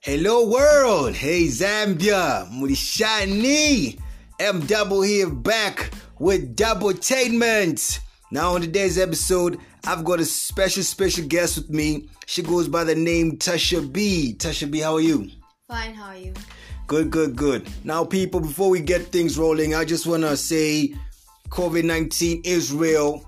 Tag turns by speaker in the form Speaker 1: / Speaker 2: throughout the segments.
Speaker 1: Hello world! Hey Zambia! Murishani! M Double here back with Double Tainment! Now on today's episode, I've got a special, special guest with me. She goes by the name Tasha B. Tasha B, how are you?
Speaker 2: Fine, how are you?
Speaker 1: Good, good, good. Now, people, before we get things rolling, I just want to say COVID 19 is real.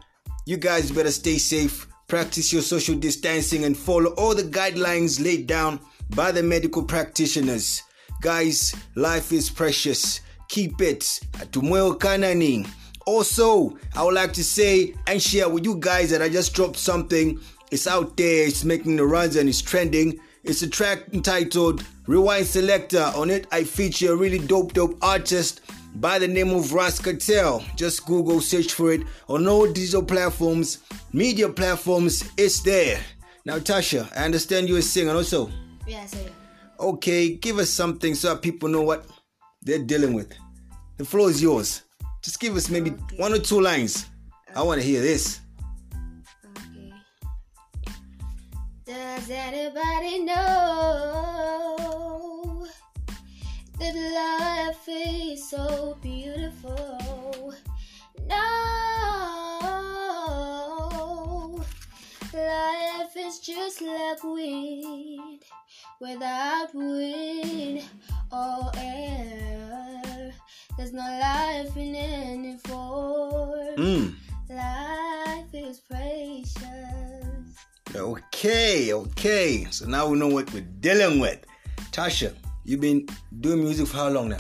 Speaker 1: You guys better stay safe, practice your social distancing, and follow all the guidelines laid down by the medical practitioners. Guys, life is precious. Keep it. Atumweo Kanani. Also, I would like to say and share with you guys that I just dropped something. It's out there, it's making the runs and it's trending. It's a track entitled Rewind Selector. On it, I feature a really dope, dope artist by the name of Rascatel. Just Google search for it on all digital platforms, media platforms. It's there. Now, Tasha, I understand you're a singer also.
Speaker 2: Yes, I am.
Speaker 1: Okay, give us something so that people know what they're dealing with. The floor is yours. Just give us maybe
Speaker 2: Okay.
Speaker 1: one or two lines. I want to hear this.
Speaker 2: Okay. Does anybody know that life is so beautiful? No, life is just like wind without wind or air. There's no life in any form.
Speaker 1: Mm.
Speaker 2: Life is precious.
Speaker 1: Okay, okay. So now we know what we're dealing with. Tasha, you've been doing music for how long now?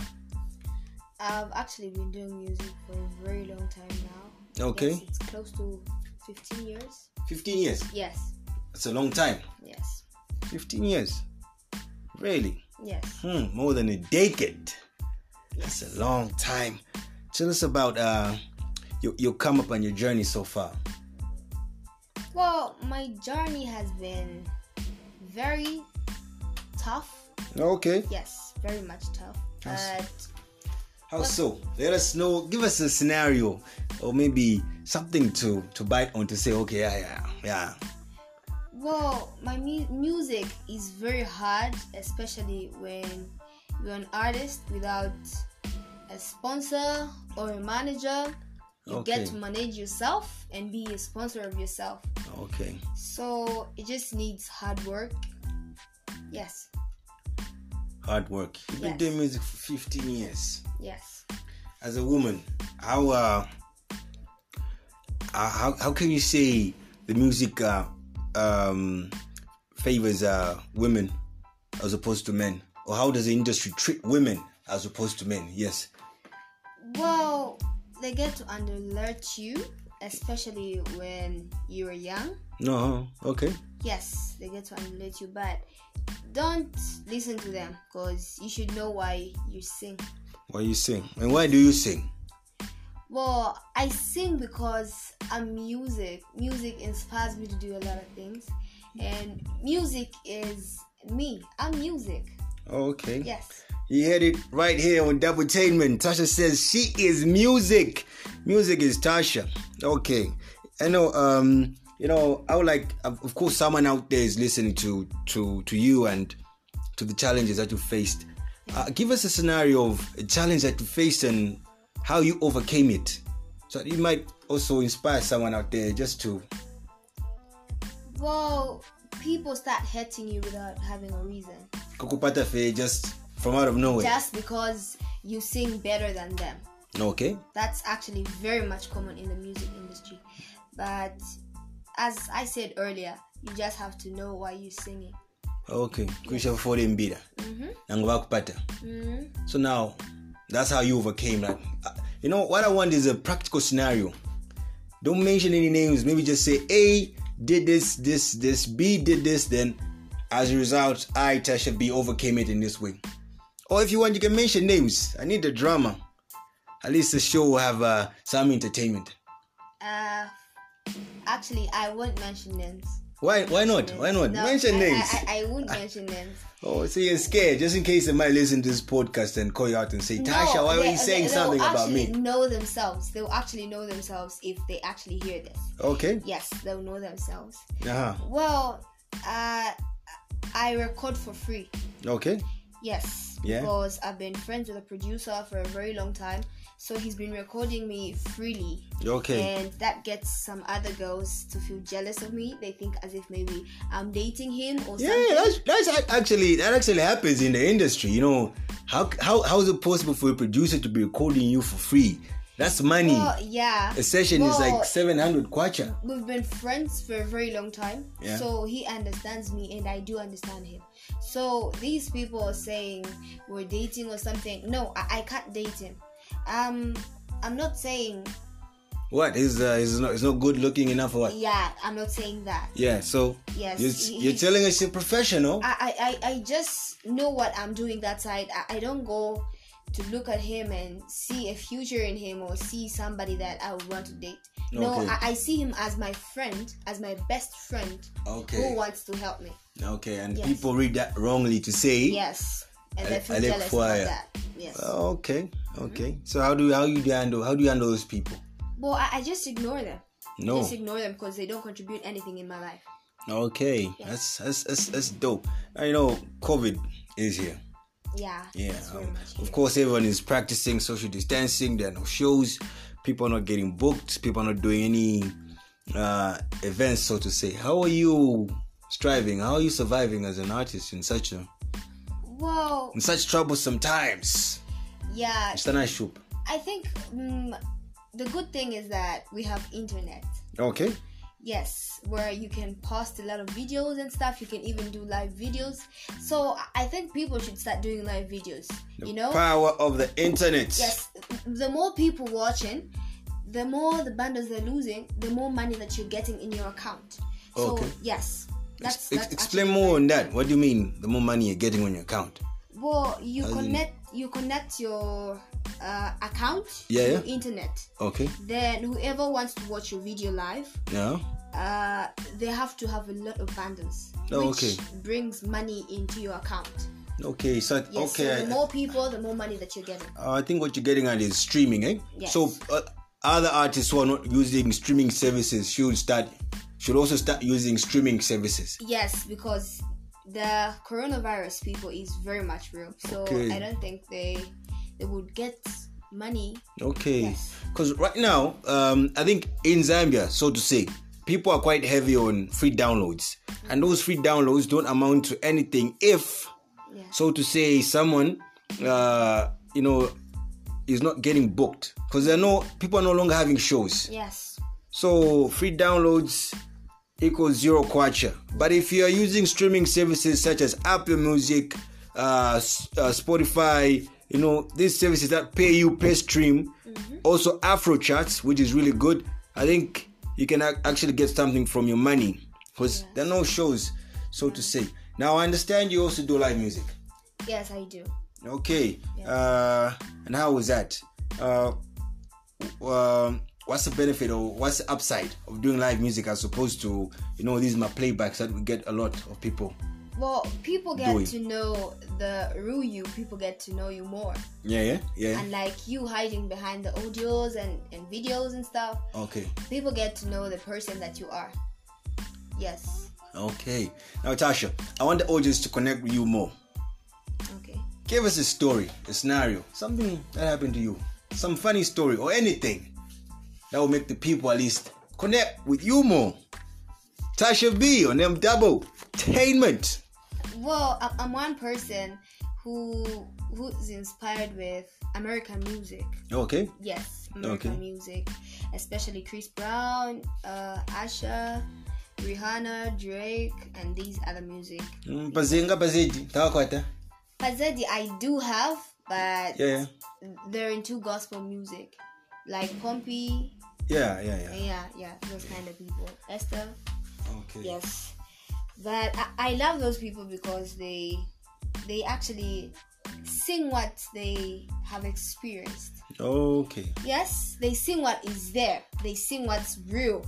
Speaker 2: I've actually been doing music for a very long time now.
Speaker 1: Okay.
Speaker 2: Yes, it's close to 15 years.
Speaker 1: 15 years.
Speaker 2: Yes,
Speaker 1: That's a long time.
Speaker 2: yes,
Speaker 1: 15 years. Really?
Speaker 2: yes.
Speaker 1: Hmm, more than a decade. That's a long time. Tell us about uh, your, your come up and your journey so far.
Speaker 2: Well, my journey has been very tough.
Speaker 1: Okay.
Speaker 2: Yes, very much tough.
Speaker 1: Yes.
Speaker 2: But
Speaker 1: How so? Let us know. Give us a scenario, or maybe something to to bite on to say, okay, yeah, yeah, yeah.
Speaker 2: Well, my mu- music is very hard, especially when you're an artist without a sponsor or a manager. You
Speaker 1: Okay.
Speaker 2: get to manage yourself and be a sponsor of yourself.
Speaker 1: Okay.
Speaker 2: So it just needs hard work. Yes,
Speaker 1: Hard work. You've been
Speaker 2: Yes.
Speaker 1: doing music for 15 years.
Speaker 2: yes.
Speaker 1: As a woman, how uh, uh how, how can you say the music uh, um favors uh women as opposed to men, or how does the industry treat women as opposed to men? Yes.
Speaker 2: Well, they get to underalert you, especially when you're young.
Speaker 1: No. Okay.
Speaker 2: yes, they get to annihilate you, but don't listen to them because you should know why you sing.
Speaker 1: Why you sing? And why do you sing?
Speaker 2: Well, I sing because I'm music. Music inspires me to do a lot of things, and music is me. I'm music.
Speaker 1: Oh, Okay.
Speaker 2: Yes.
Speaker 1: You heard it right here on Double Tainment. Tasha says she is music. Music is Tasha. Okay. I know, um, you know, I would like of of course someone out there is listening to to to you and to the challenges that you faced. Uh, give us a scenario of a challenge that you faced and how you overcame it. So that it might also inspire someone out there just to
Speaker 2: Well, people start hurting you without having a reason,
Speaker 1: Kukupata fe just from out of nowhere.
Speaker 2: just because you sing better than them.
Speaker 1: okay.
Speaker 2: that's actually very much common in the music industry. But as I said earlier, you just have to know why you're singing.
Speaker 1: Okay. Kuisha fufore mbira.
Speaker 2: Mhm.
Speaker 1: Nangu bakupata.
Speaker 2: Mm,
Speaker 1: So now, that's how you overcame that. Uh, You know what I want is a practical scenario. Don't mention any names. Maybe just say A did this, this, this. B did this. Then, as a result, I Tasha B overcame it in this way. Or if you want, you can mention names. I need the drama. At least the show will have uh, some entertainment.
Speaker 2: uh, actually, I won't mention names.
Speaker 1: Why? Why not? Why not?
Speaker 2: No,
Speaker 1: mention
Speaker 2: I-
Speaker 1: names.
Speaker 2: I, I, I won't mention names.
Speaker 1: oh, so you're scared, just in case they might listen to this podcast and call you out and say, Tasha,
Speaker 2: No,
Speaker 1: why are
Speaker 2: they-
Speaker 1: you saying
Speaker 2: they- they'll
Speaker 1: something about
Speaker 2: actually
Speaker 1: me?
Speaker 2: Know themselves. They'll actually know themselves if they actually hear this.
Speaker 1: Okay. uh-huh.
Speaker 2: Yes, they'll know themselves.
Speaker 1: Uh huh.
Speaker 2: Well, uh, I I record for free.
Speaker 1: Okay.
Speaker 2: Yes.
Speaker 1: Yeah.
Speaker 2: Because I've been friends with a producer for a very long time. So he's been recording me freely.
Speaker 1: Okay.
Speaker 2: And that gets some other girls to feel jealous of me. They think as if maybe I'm dating him or
Speaker 1: Yeah,
Speaker 2: something.
Speaker 1: that's, that's ac- actually that actually happens in the industry. You know, how how how is it possible for a producer to be recording you for free? That's money.
Speaker 2: Well, yeah.
Speaker 1: a session is
Speaker 2: well,
Speaker 1: like seven hundred kwacha.
Speaker 2: We've been friends for a very long time.
Speaker 1: Yeah.
Speaker 2: So he understands me and I do understand him. So these people are saying we're dating or something. No, I, I can't date him. Um I'm not saying
Speaker 1: What is uh, is not is not good looking enough or what?
Speaker 2: yeah, I'm not saying that.
Speaker 1: Yeah. So
Speaker 2: Yes, he-
Speaker 1: Uh, you're, you're
Speaker 2: he's-
Speaker 1: telling us you're professional.
Speaker 2: I, I, I I just know what I'm doing that side. I, I don't go to look at him and see a future in him or see somebody that I would want to date. No,
Speaker 1: Okay.
Speaker 2: I, I see him as my friend, as my best friend
Speaker 1: Okay.
Speaker 2: who wants to help me.
Speaker 1: Okay. And
Speaker 2: Yes.
Speaker 1: people read that wrongly to say.
Speaker 2: Yes. And
Speaker 1: E? I-
Speaker 2: I, feel
Speaker 1: I like
Speaker 2: jealous
Speaker 1: fire.
Speaker 2: about that. Yes.
Speaker 1: Oh, okay. Okay.
Speaker 2: Mm-hmm.
Speaker 1: So how do how you do handle how do you handle those people?
Speaker 2: well, I, I just ignore them.
Speaker 1: No.
Speaker 2: Just ignore them because they don't contribute anything in my life.
Speaker 1: Okay. That's that's that's, that's dope. I you know COVID is here.
Speaker 2: Yeah.
Speaker 1: Yeah.
Speaker 2: that's very
Speaker 1: um,
Speaker 2: much
Speaker 1: of
Speaker 2: it.
Speaker 1: course, everyone is practicing social distancing. There are no shows. People are not getting booked. People are not doing any uh, events, so to say. How are you striving? How are you surviving as an artist in such a
Speaker 2: Well,
Speaker 1: in such troublesome times?
Speaker 2: yeah.
Speaker 1: Mstana Shup.
Speaker 2: I think mm the good thing is that we have internet.
Speaker 1: Okay.
Speaker 2: Yes, where you can post a lot of videos and stuff. You can even do live videos. So I- I think people should start doing live videos. you know?
Speaker 1: Power of the internet.
Speaker 2: Yes, the more people watching, the more the bundles they're losing, the more money that you're getting in your account. So
Speaker 1: Okay.
Speaker 2: yes, that's,
Speaker 1: Ex-
Speaker 2: that's
Speaker 1: explain
Speaker 2: actually-
Speaker 1: more on that. What do you mean? The more money you're getting on your account.
Speaker 2: Well, you
Speaker 1: As in-
Speaker 2: connect you connect your uh, account
Speaker 1: Yeah,
Speaker 2: to
Speaker 1: yeah.
Speaker 2: internet.
Speaker 1: Okay.
Speaker 2: Then whoever wants to watch your video live,
Speaker 1: Yeah.
Speaker 2: uh, they have to have a lot of bundles,
Speaker 1: Oh,
Speaker 2: which
Speaker 1: okay.
Speaker 2: brings money into your account.
Speaker 1: Okay. So
Speaker 2: Yes,
Speaker 1: okay.
Speaker 2: so
Speaker 1: I-
Speaker 2: the more people, the more money that you're getting.
Speaker 1: Uh, I think what you're getting at is streaming, eh?
Speaker 2: Yes.
Speaker 1: So uh, other artists who are not using streaming services should start should also start using streaming services.
Speaker 2: Yes, because the coronavirus people is very much real, so
Speaker 1: Okay.
Speaker 2: I don't think they they would get money.
Speaker 1: Okay.
Speaker 2: Yes.
Speaker 1: Because right now, um, I think in Zambia, so to say, people are quite heavy on free downloads, and those free downloads don't amount to anything if,
Speaker 2: Yeah.
Speaker 1: so to say, someone, uh, you know, is not getting booked because they are no people are no longer having shows.
Speaker 2: Yes.
Speaker 1: So free downloads equals zero kwacha. But if you are using streaming services such as Apple Music, uh, S- uh, Spotify, you know these services that pay you per stream, also Afrocharts, which is really good. I think you can ac- actually get something from your money because there are no shows, so to say. Now I understand you also do live music.
Speaker 2: Yes, I do.
Speaker 1: Okay. Uh, and how was that? Uh, um, what's the benefit or what's the upside of doing live music as opposed to you know these my playbacks that we get a lot of people?
Speaker 2: Well, people get
Speaker 1: Doing.
Speaker 2: to know the real you. People get to know you more,
Speaker 1: Yeah, yeah, yeah.
Speaker 2: and like you hiding behind the audios and and videos and stuff.
Speaker 1: Okay,
Speaker 2: People get to know the person that you are. Yes.
Speaker 1: okay. Now Tasha, I want the audience to connect with you more.
Speaker 2: Okay.
Speaker 1: Give us a story, a scenario, something that happened to you, some funny story or anything that will make the people at least connect with you more. Tasha B on M Double Tainment.
Speaker 2: Well, I- I'm one person who who's inspired with American music.
Speaker 1: Okay.
Speaker 2: Yes, American
Speaker 1: Okay.
Speaker 2: music, especially Chris Brown, uh, Asha, Rihanna, Drake, and these other music.
Speaker 1: Mm, bazinga bazidi tawakwata
Speaker 2: Pazedi, I do have, but
Speaker 1: yeah
Speaker 2: they're into gospel music, like Pompey.
Speaker 1: yeah yeah yeah
Speaker 2: Yeah, yeah, those kind of people. Esther.
Speaker 1: okay
Speaker 2: Yes, but I, I love those people because they they actually sing what they have experienced.
Speaker 1: okay
Speaker 2: Yes, they sing what is there. They sing what's real.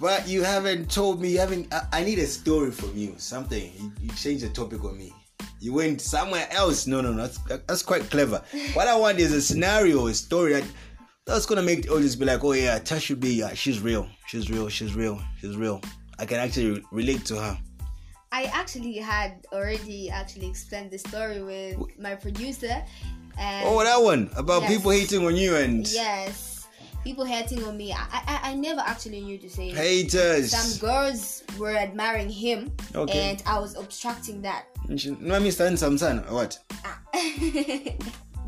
Speaker 1: but you haven't told me you haven't i, I need a story from you something you, you changed the topic on me you went somewhere else no no no that's, that's quite clever what i want is a scenario a story that that's gonna make the audience be like oh yeah tasha b yeah she's real she's real she's real she's real i can actually re- relate to her
Speaker 2: I actually had already actually explained the story with my producer. And
Speaker 1: Oh, that one about
Speaker 2: Yes.
Speaker 1: people hating on you and
Speaker 2: yes, people hating on me. I, I I never actually knew to say. it.
Speaker 1: haters.
Speaker 2: Some girls were admiring him,
Speaker 1: Okay.
Speaker 2: and I was obstructing that.
Speaker 1: No, I mean, son, son, son. What?
Speaker 2: Ah.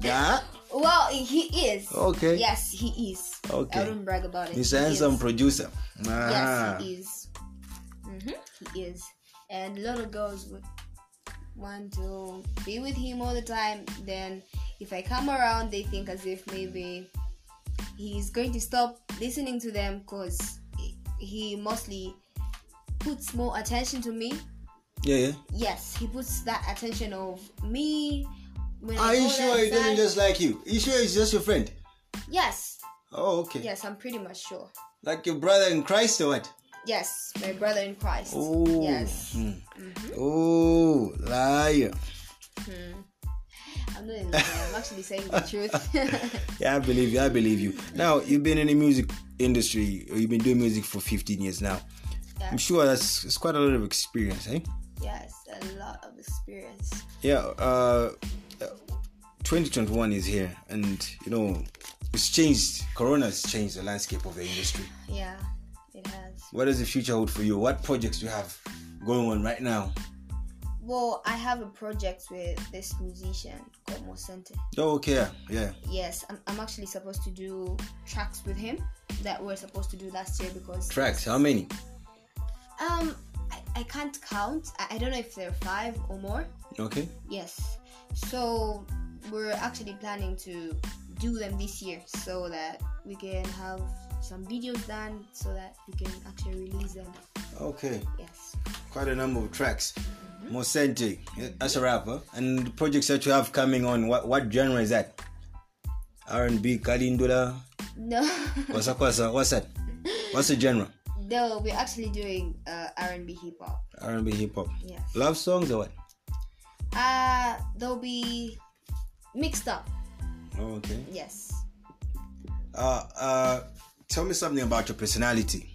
Speaker 1: Yeah.
Speaker 2: well, he is.
Speaker 1: Okay.
Speaker 2: Yes, he is.
Speaker 1: Okay.
Speaker 2: I don't brag about it.
Speaker 1: He's
Speaker 2: He
Speaker 1: a handsome
Speaker 2: is.
Speaker 1: producer. Ah.
Speaker 2: Yes, he is. Mm-hmm. He is. And a lot of girls would want to be with him all the time. Then, if I come around, they think as if maybe he's going to stop listening to them because he mostly puts more attention to me.
Speaker 1: Yeah, yeah.
Speaker 2: Yes, he puts that attention of me. When I
Speaker 1: Are Ah, you
Speaker 2: go
Speaker 1: sure he doesn't
Speaker 2: outside.
Speaker 1: just like you? You sure he's just your friend?
Speaker 2: Yes,
Speaker 1: Oh, okay.
Speaker 2: yes, I'm pretty much sure.
Speaker 1: Like your brother in Christ or what?
Speaker 2: Yes, my brother in Christ.
Speaker 1: Oh.
Speaker 2: Yes. Mm-hmm.
Speaker 1: Hmm. Oh, liar.
Speaker 2: I'm not in love. I'm actually saying the truth.
Speaker 1: Yeah, I believe you. I believe you. Now, you've been in the music industry. You've been doing music for 15 years now.
Speaker 2: Yeah.
Speaker 1: I'm sure that's it's quite a lot of experience, eh?
Speaker 2: yes, a lot of experience.
Speaker 1: Yeah, uh, 2021 is here, and you know, it's changed. Corona's changed the landscape of the industry.
Speaker 2: Yeah, it has.
Speaker 1: What does the future hold for you? What projects do you have going on right now?
Speaker 2: Well, I have a project with this musician called Mosente.
Speaker 1: Oh, okay, yeah.
Speaker 2: Yes, I'm, I'm actually supposed to do tracks with him that we we're supposed to do last year because
Speaker 1: Tracks, how many?
Speaker 2: um I, I can't count. I, I don't know if there are five or more.
Speaker 1: Okay.
Speaker 2: Yes. So we're actually planning to do them this year so that we can have some videos done so that we can actually release them.
Speaker 1: Okay,
Speaker 2: Yes.
Speaker 1: quite a number of tracks. Mosente, yeah, that's a rapper. And the projects that you have coming on, what, what genre is that? R&B, Kalindula,
Speaker 2: No.
Speaker 1: Kwasa Kwasa, what's that? What's the genre?
Speaker 2: no, we're actually doing uh, R&B hip hop.
Speaker 1: R&B, hip-hop.
Speaker 2: Yes.
Speaker 1: Love songs or what?
Speaker 2: Uh they'll be mixed up.
Speaker 1: Oh, okay.
Speaker 2: Yes.
Speaker 1: uh, uh, tell me something about your personality.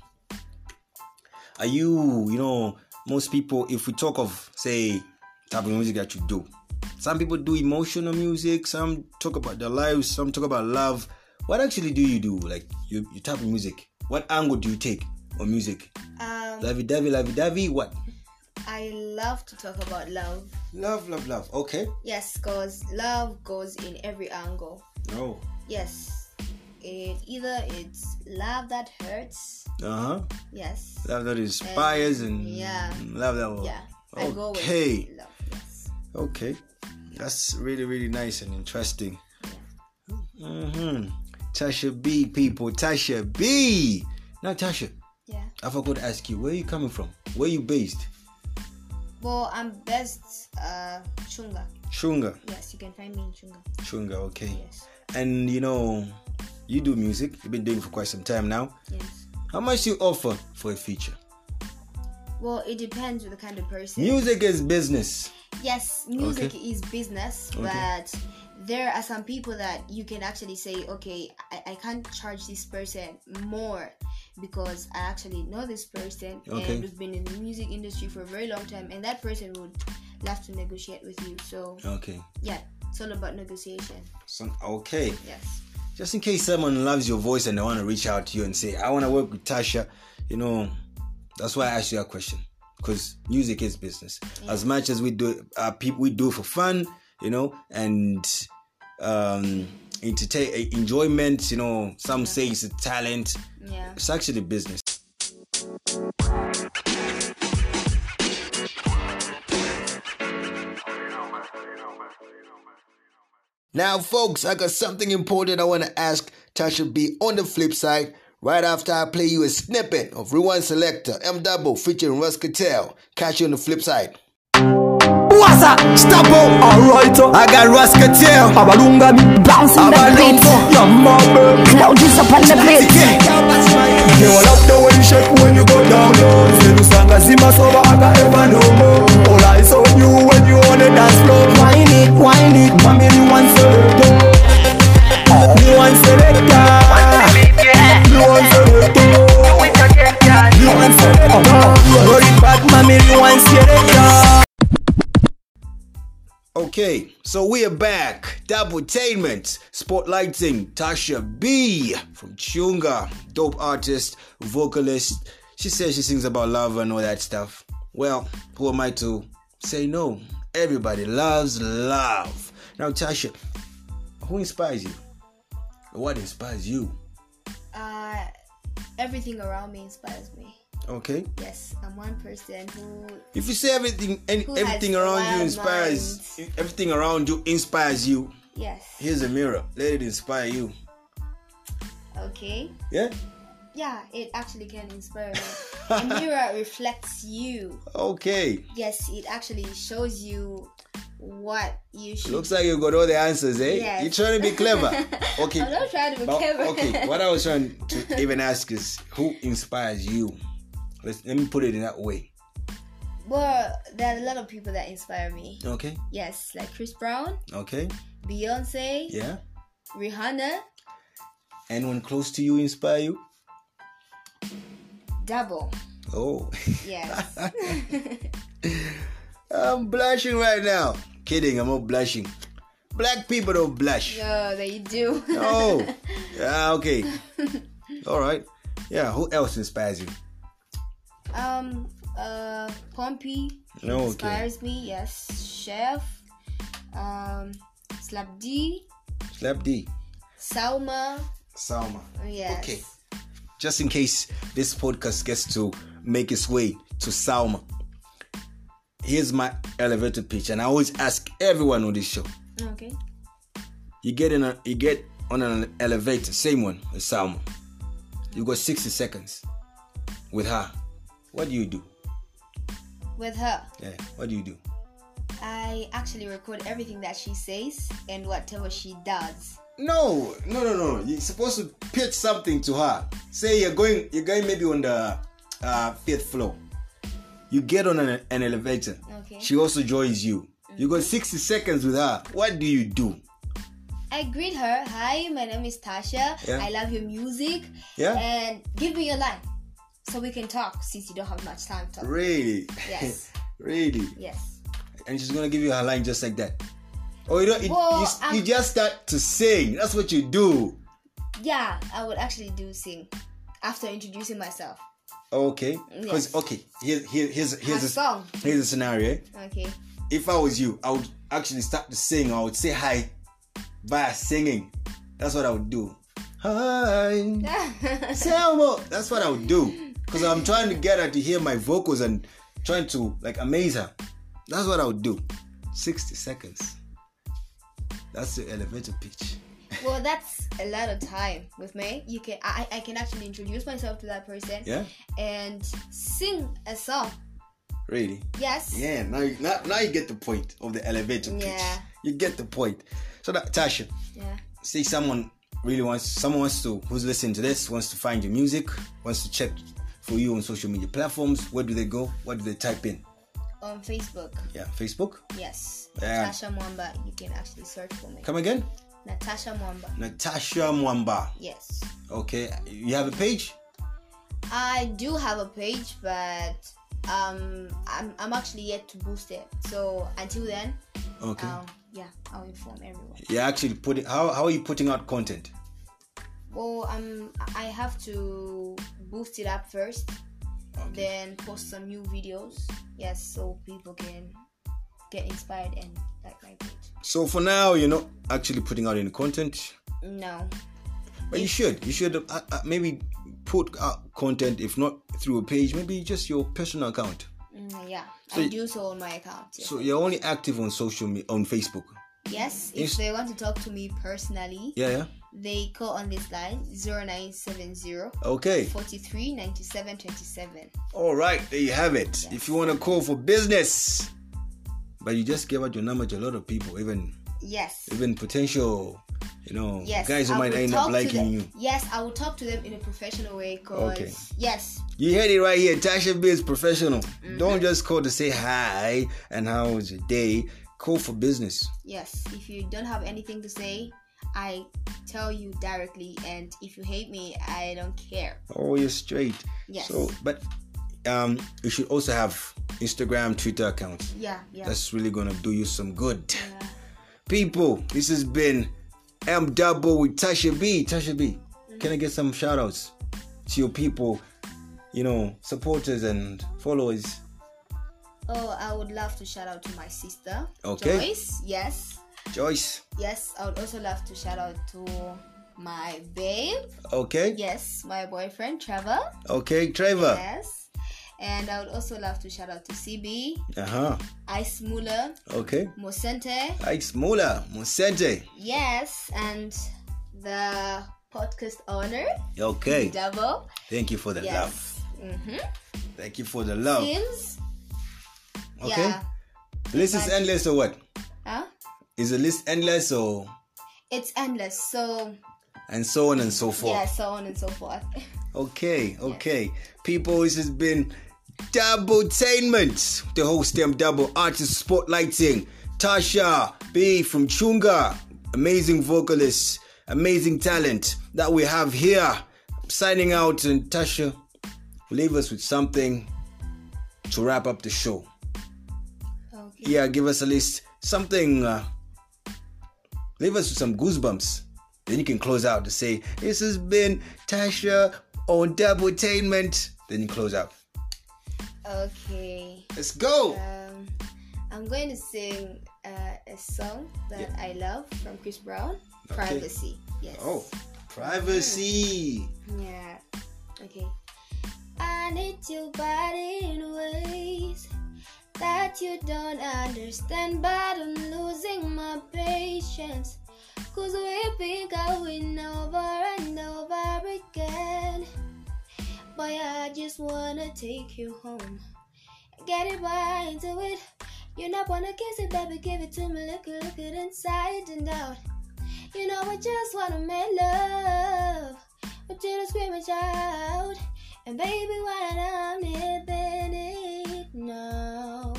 Speaker 1: Are you, you know, most people, if we talk of, say, type of music that you do, some people do emotional music, some talk about their lives, some talk about love. What actually do you do? Like, you, you type of music. What angle do you take on music?
Speaker 2: Um
Speaker 1: Lovey dovey, lovey dovey, what?
Speaker 2: I love to talk about love.
Speaker 1: Love, love, love. Okay.
Speaker 2: Yes, cause love goes in every angle.
Speaker 1: Oh.
Speaker 2: Yes. It either it's love that hurts.
Speaker 1: Uh huh.
Speaker 2: Yes.
Speaker 1: Love that inspires and
Speaker 2: yeah.
Speaker 1: love that will
Speaker 2: Yeah. I go with
Speaker 1: Okay.
Speaker 2: love. Yes.
Speaker 1: Okay, that's really really nice and interesting. Mm-hmm. Tasha B, people, Tasha B. Now, Tasha,
Speaker 2: Yeah.
Speaker 1: I forgot to ask you, where are you coming from? Where you based?
Speaker 2: Well, I'm best uh chunga.
Speaker 1: Chunga,
Speaker 2: Yes, you can find me in chunga.
Speaker 1: Chunga. Okay.
Speaker 2: Yes.
Speaker 1: And you know, you do music. You've been doing it for quite some time now.
Speaker 2: Yes.
Speaker 1: How much do you offer for a feature?
Speaker 2: Well, it depends with the kind of person.
Speaker 1: Music is business.
Speaker 2: yes, music
Speaker 1: Okay.
Speaker 2: is business,
Speaker 1: Okay.
Speaker 2: but there are some people that you can actually say, okay, I, I can't charge this person more because I actually know this person
Speaker 1: Okay.
Speaker 2: and we've been in the music industry for a very long time, and that person would love to negotiate with you. So
Speaker 1: Okay.
Speaker 2: yeah, it's all about negotiation.
Speaker 1: So, okay.
Speaker 2: Yes.
Speaker 1: just in case someone loves your voice and they want to reach out to you and say, I want to work with Tasha, you know, that's why I asked you that question because music is business. As much as we do, uh, people we do it for fun, you know, and um, entertain enjoyment, you know, some say it's a talent,
Speaker 2: Yeah.
Speaker 1: it's actually business. Now, folks, I got something important I want to ask Tasha B on the flip side. Right after I play you a snippet of Rewind Selector M Double featuring Ruscatel. Catch you on the flip side.
Speaker 3: What's up?
Speaker 1: Stop it!
Speaker 3: Alright, uh,
Speaker 1: I got Ruscatel.
Speaker 3: abalunga mi bouncing the beat.
Speaker 1: Abalunga.
Speaker 3: Your mama lounges up on the beat. You all up the way you shake when you go down low. Say you sang a zima soba aga ever no more. All eyes on you when you on the dance floor. Wine it, wine it, mommy me one selector. Me one selector. Me one selector. Me one selector. Roll it back, mommy me one selector.
Speaker 1: Okay, so we are back. Doubletainment, spotlighting Tasha B from Chunga, dope artist, vocalist. She says she sings about love and all that stuff. Well, who am I to say no? Everybody loves love. Now, Tasha, who inspires you? What inspires you?
Speaker 2: Uh, everything around me inspires me.
Speaker 1: Okay.
Speaker 2: Yes, I'm one person who
Speaker 1: If you say everything, any,
Speaker 2: Who has
Speaker 1: everything around you
Speaker 2: wild
Speaker 1: inspires, everything around you inspires you.
Speaker 2: yes.
Speaker 1: Here's a mirror. Let it inspire you.
Speaker 2: Okay.
Speaker 1: Yeah.
Speaker 2: Yeah, it actually can inspire me. A mirror reflects you.
Speaker 1: Okay.
Speaker 2: Yes, it actually shows you what you should.
Speaker 1: Looks like you got all the answers, eh?
Speaker 2: Yes.
Speaker 1: You're trying to be clever. Okay.
Speaker 2: I'm not trying to be
Speaker 1: But-
Speaker 2: clever.
Speaker 1: Okay. What I was trying to even ask is, who inspires you? Let's, let me put it in that way.
Speaker 2: Well, there are a lot of people that inspire me.
Speaker 1: Okay.
Speaker 2: Yes, like Chris Brown,
Speaker 1: Okay.
Speaker 2: Beyonce,
Speaker 1: Yeah.
Speaker 2: Rihanna,
Speaker 1: Anyone close to you inspire you?
Speaker 2: Double.
Speaker 1: Oh.
Speaker 2: Yes.
Speaker 1: I'm blushing right now. Kidding, I'm not blushing. Black people don't blush.
Speaker 2: no, they do.
Speaker 1: Oh, yeah, okay. All right. Yeah, who else inspires you?
Speaker 2: Um, uh, Pompey
Speaker 1: No, okay.
Speaker 2: inspires me. Yes, Chef. Um, Slap D,
Speaker 1: Slap D.
Speaker 2: Salma.
Speaker 1: Salma.
Speaker 2: Yes.
Speaker 1: Okay. Just in case this podcast gets to make its way to Salma, here's my elevator pitch, and I always ask everyone on this show.
Speaker 2: Okay.
Speaker 1: You get in a you get on an elevator, same one as Salma. You got 60 seconds with her. What do you do?
Speaker 2: With her,
Speaker 1: Yeah, what do you do?
Speaker 2: I actually record everything that she says and whatever she does.
Speaker 1: No, no, no, no. You're supposed to pitch something to her. Say you're going, you're going maybe on the uh, fifth floor. You get on an, an elevator.
Speaker 2: Okay. Mm.
Speaker 1: She also joins you. You got 60 seconds with her. What do you do?
Speaker 2: I greet her. Hi, my name is Tasha.
Speaker 1: Yeah.
Speaker 2: I love your music.
Speaker 1: Yeah.
Speaker 2: And give me your line so we can talk since you don't have much time to talk.
Speaker 1: Really?
Speaker 2: Yes.
Speaker 1: really?
Speaker 2: Yes.
Speaker 1: And she's gonna give you her line just like that. Or you don't. You,
Speaker 2: Well, um,
Speaker 1: you s-
Speaker 2: I'm-
Speaker 1: you just start to sing. That's what you do.
Speaker 2: Yeah, I would actually do sing after introducing myself.
Speaker 1: Okay. Because
Speaker 2: Yes.
Speaker 1: okay. Here, here, here's here's
Speaker 2: Her
Speaker 1: a
Speaker 2: song.
Speaker 1: here's a scenario. eh?
Speaker 2: Okay.
Speaker 1: if I was you, I would actually start to sing. I would say hi by singing. That's what I would do. Hi, Selma. That's what I would do because I'm trying to get her to hear my vocals and trying to like amaze her. That's what I would do. 60 seconds. That's the elevator pitch.
Speaker 2: well, that's a lot of time with me. You can I, I can actually introduce myself to that person.
Speaker 1: Yeah,
Speaker 2: And sing a song.
Speaker 1: really.
Speaker 2: Yes.
Speaker 1: Yeah, now you now, now you get the point of the elevator pitch.
Speaker 2: Yeah.
Speaker 1: You get the point. So that Tasha,
Speaker 2: Yeah.
Speaker 1: say someone really wants someone wants to who's listening to this wants to find your music wants to check for you on social media platforms where do they go what do they type in
Speaker 2: On Facebook.
Speaker 1: yeah facebook
Speaker 2: Yes.
Speaker 1: Yeah.
Speaker 2: Natasha Mwamba. You can actually search for me.
Speaker 1: come again
Speaker 2: Natasha Mwamba.
Speaker 1: natasha mwamba
Speaker 2: Yes.
Speaker 1: okay you have a page
Speaker 2: I do have a page, but um, I'm, I'm actually yet to boost it. So until then,
Speaker 1: okay
Speaker 2: um, yeah, I'll inform everyone.
Speaker 1: you're actually putting how, how are you putting out content
Speaker 2: Well, um, I have to boost it up first, then post some new videos. Yes, so people can get inspired and like my page.
Speaker 1: so for now you're not actually putting out any content
Speaker 2: No.
Speaker 1: but you should you should uh, uh, maybe put out content if not through a page maybe just your personal account
Speaker 2: Mm, yeah,
Speaker 1: So
Speaker 2: I
Speaker 1: you-
Speaker 2: do so on my account. yeah.
Speaker 1: so you're only active on social me- on facebook
Speaker 2: yes,
Speaker 1: you
Speaker 2: if
Speaker 1: s-
Speaker 2: they want to talk to me personally,
Speaker 1: yeah yeah
Speaker 2: they call on this line 0970
Speaker 1: okay
Speaker 2: 43 97 27.
Speaker 1: All right, there you have it. If you want to call for business, but you just gave out your number to a lot of people, even
Speaker 2: Yes.
Speaker 1: even potential, you know,
Speaker 2: Yes.
Speaker 1: guys who
Speaker 2: I
Speaker 1: might
Speaker 2: will
Speaker 1: end
Speaker 2: talk
Speaker 1: up
Speaker 2: to
Speaker 1: liking
Speaker 2: them.
Speaker 1: you.
Speaker 2: Yes, I will talk to them in a professional way. Cause
Speaker 1: Okay.
Speaker 2: yes,
Speaker 1: You heard it right here. Tasha B is professional.
Speaker 2: Mm-hmm.
Speaker 1: Don't just call to say hi and how was your day. Call for business.
Speaker 2: yes. If you don't have anything to say, I tell you directly, and if you hate me, I don't care.
Speaker 1: Oh, you're straight.
Speaker 2: Yes.
Speaker 1: So, but um, you should also have Instagram, Twitter accounts.
Speaker 2: Yeah. Yeah.
Speaker 1: That's really gonna do you some good.
Speaker 2: yeah.
Speaker 1: People, this has been M Double with Tasha B. Tasha B,
Speaker 2: Mm.
Speaker 1: can I get some shout outs to your people, you know, supporters and followers?
Speaker 2: Oh, I would love to shout out to my sister.
Speaker 1: Okay.
Speaker 2: Joyce. Yes.
Speaker 1: Joyce,
Speaker 2: Yes, I would also love to shout out to my babe.
Speaker 1: okay?
Speaker 2: Yes, my boyfriend Trevor.
Speaker 1: Okay, Trevor.
Speaker 2: Yes. And I would also love to shout out to CB,
Speaker 1: Uh huh.
Speaker 2: Ice Muller,
Speaker 1: Okay.
Speaker 2: Mosente.
Speaker 1: Ike Smola, Monsente.
Speaker 2: Yes, and the podcast owner,
Speaker 1: Okay.
Speaker 2: Double.
Speaker 1: Thank you for the love.
Speaker 2: Yes. Mm-hmm.
Speaker 1: Thank you for the love.
Speaker 2: Sims.
Speaker 1: Oh. Okay.
Speaker 2: Yeah.
Speaker 1: List is
Speaker 2: Bye.
Speaker 1: endless or what?
Speaker 2: Huh?
Speaker 1: Is the list endless or
Speaker 2: It's endless. So
Speaker 1: and so on and so forth?
Speaker 2: yeah, so on and so forth.
Speaker 1: Okay, okay. People, this has been Double Tainment, the host them double artist spotlighting. Tasha B from Chunga, amazing vocalist, amazing talent that we have here. Signing out, and Tasha, leave us with something to wrap up the show.
Speaker 2: okay.
Speaker 1: Yeah, give us at least something. Uh, leave us with some goosebumps. Then you can close out to say, This has been Tasha on Double Tainment. Then you close out.
Speaker 2: Okay.
Speaker 1: Let's go!
Speaker 2: Um, I'm going to sing uh, a song that
Speaker 1: Yeah.
Speaker 2: I love from Chris Brown, Privacy. Yes.
Speaker 1: Oh, privacy.
Speaker 2: Yeah. Okay. I need your body in ways that you don't understand, but I'm losing my patience. Cause we've been going over and over again. Boy, I just wanna take you home. Get it right into it. You not wanna kiss it, baby, give it to me. Look, look it inside and out. You know, I just wanna make love until the screaming child. And baby, when I'm living it now,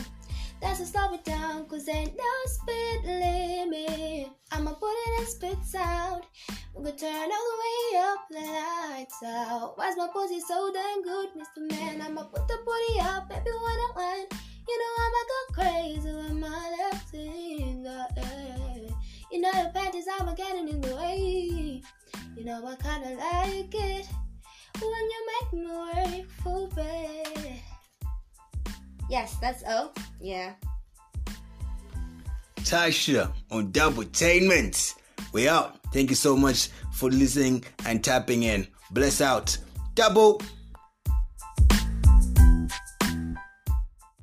Speaker 2: that's a slow it down, cause ain't no speed limit. I'ma put it in spits out. We could turn all the way up the lights out. Why's my pussy so damn good, Mr. Man? I'ma put the booty up, baby, when I want. You know I'ma go crazy when my left in the air. You know your panties, I'ma getting in the way. You know I kinda like it when you make me work for it. Yes, that's all. Yeah.
Speaker 1: Tasha on Double Tainment. We out. Thank you so much for listening and tapping in. Bless out. Double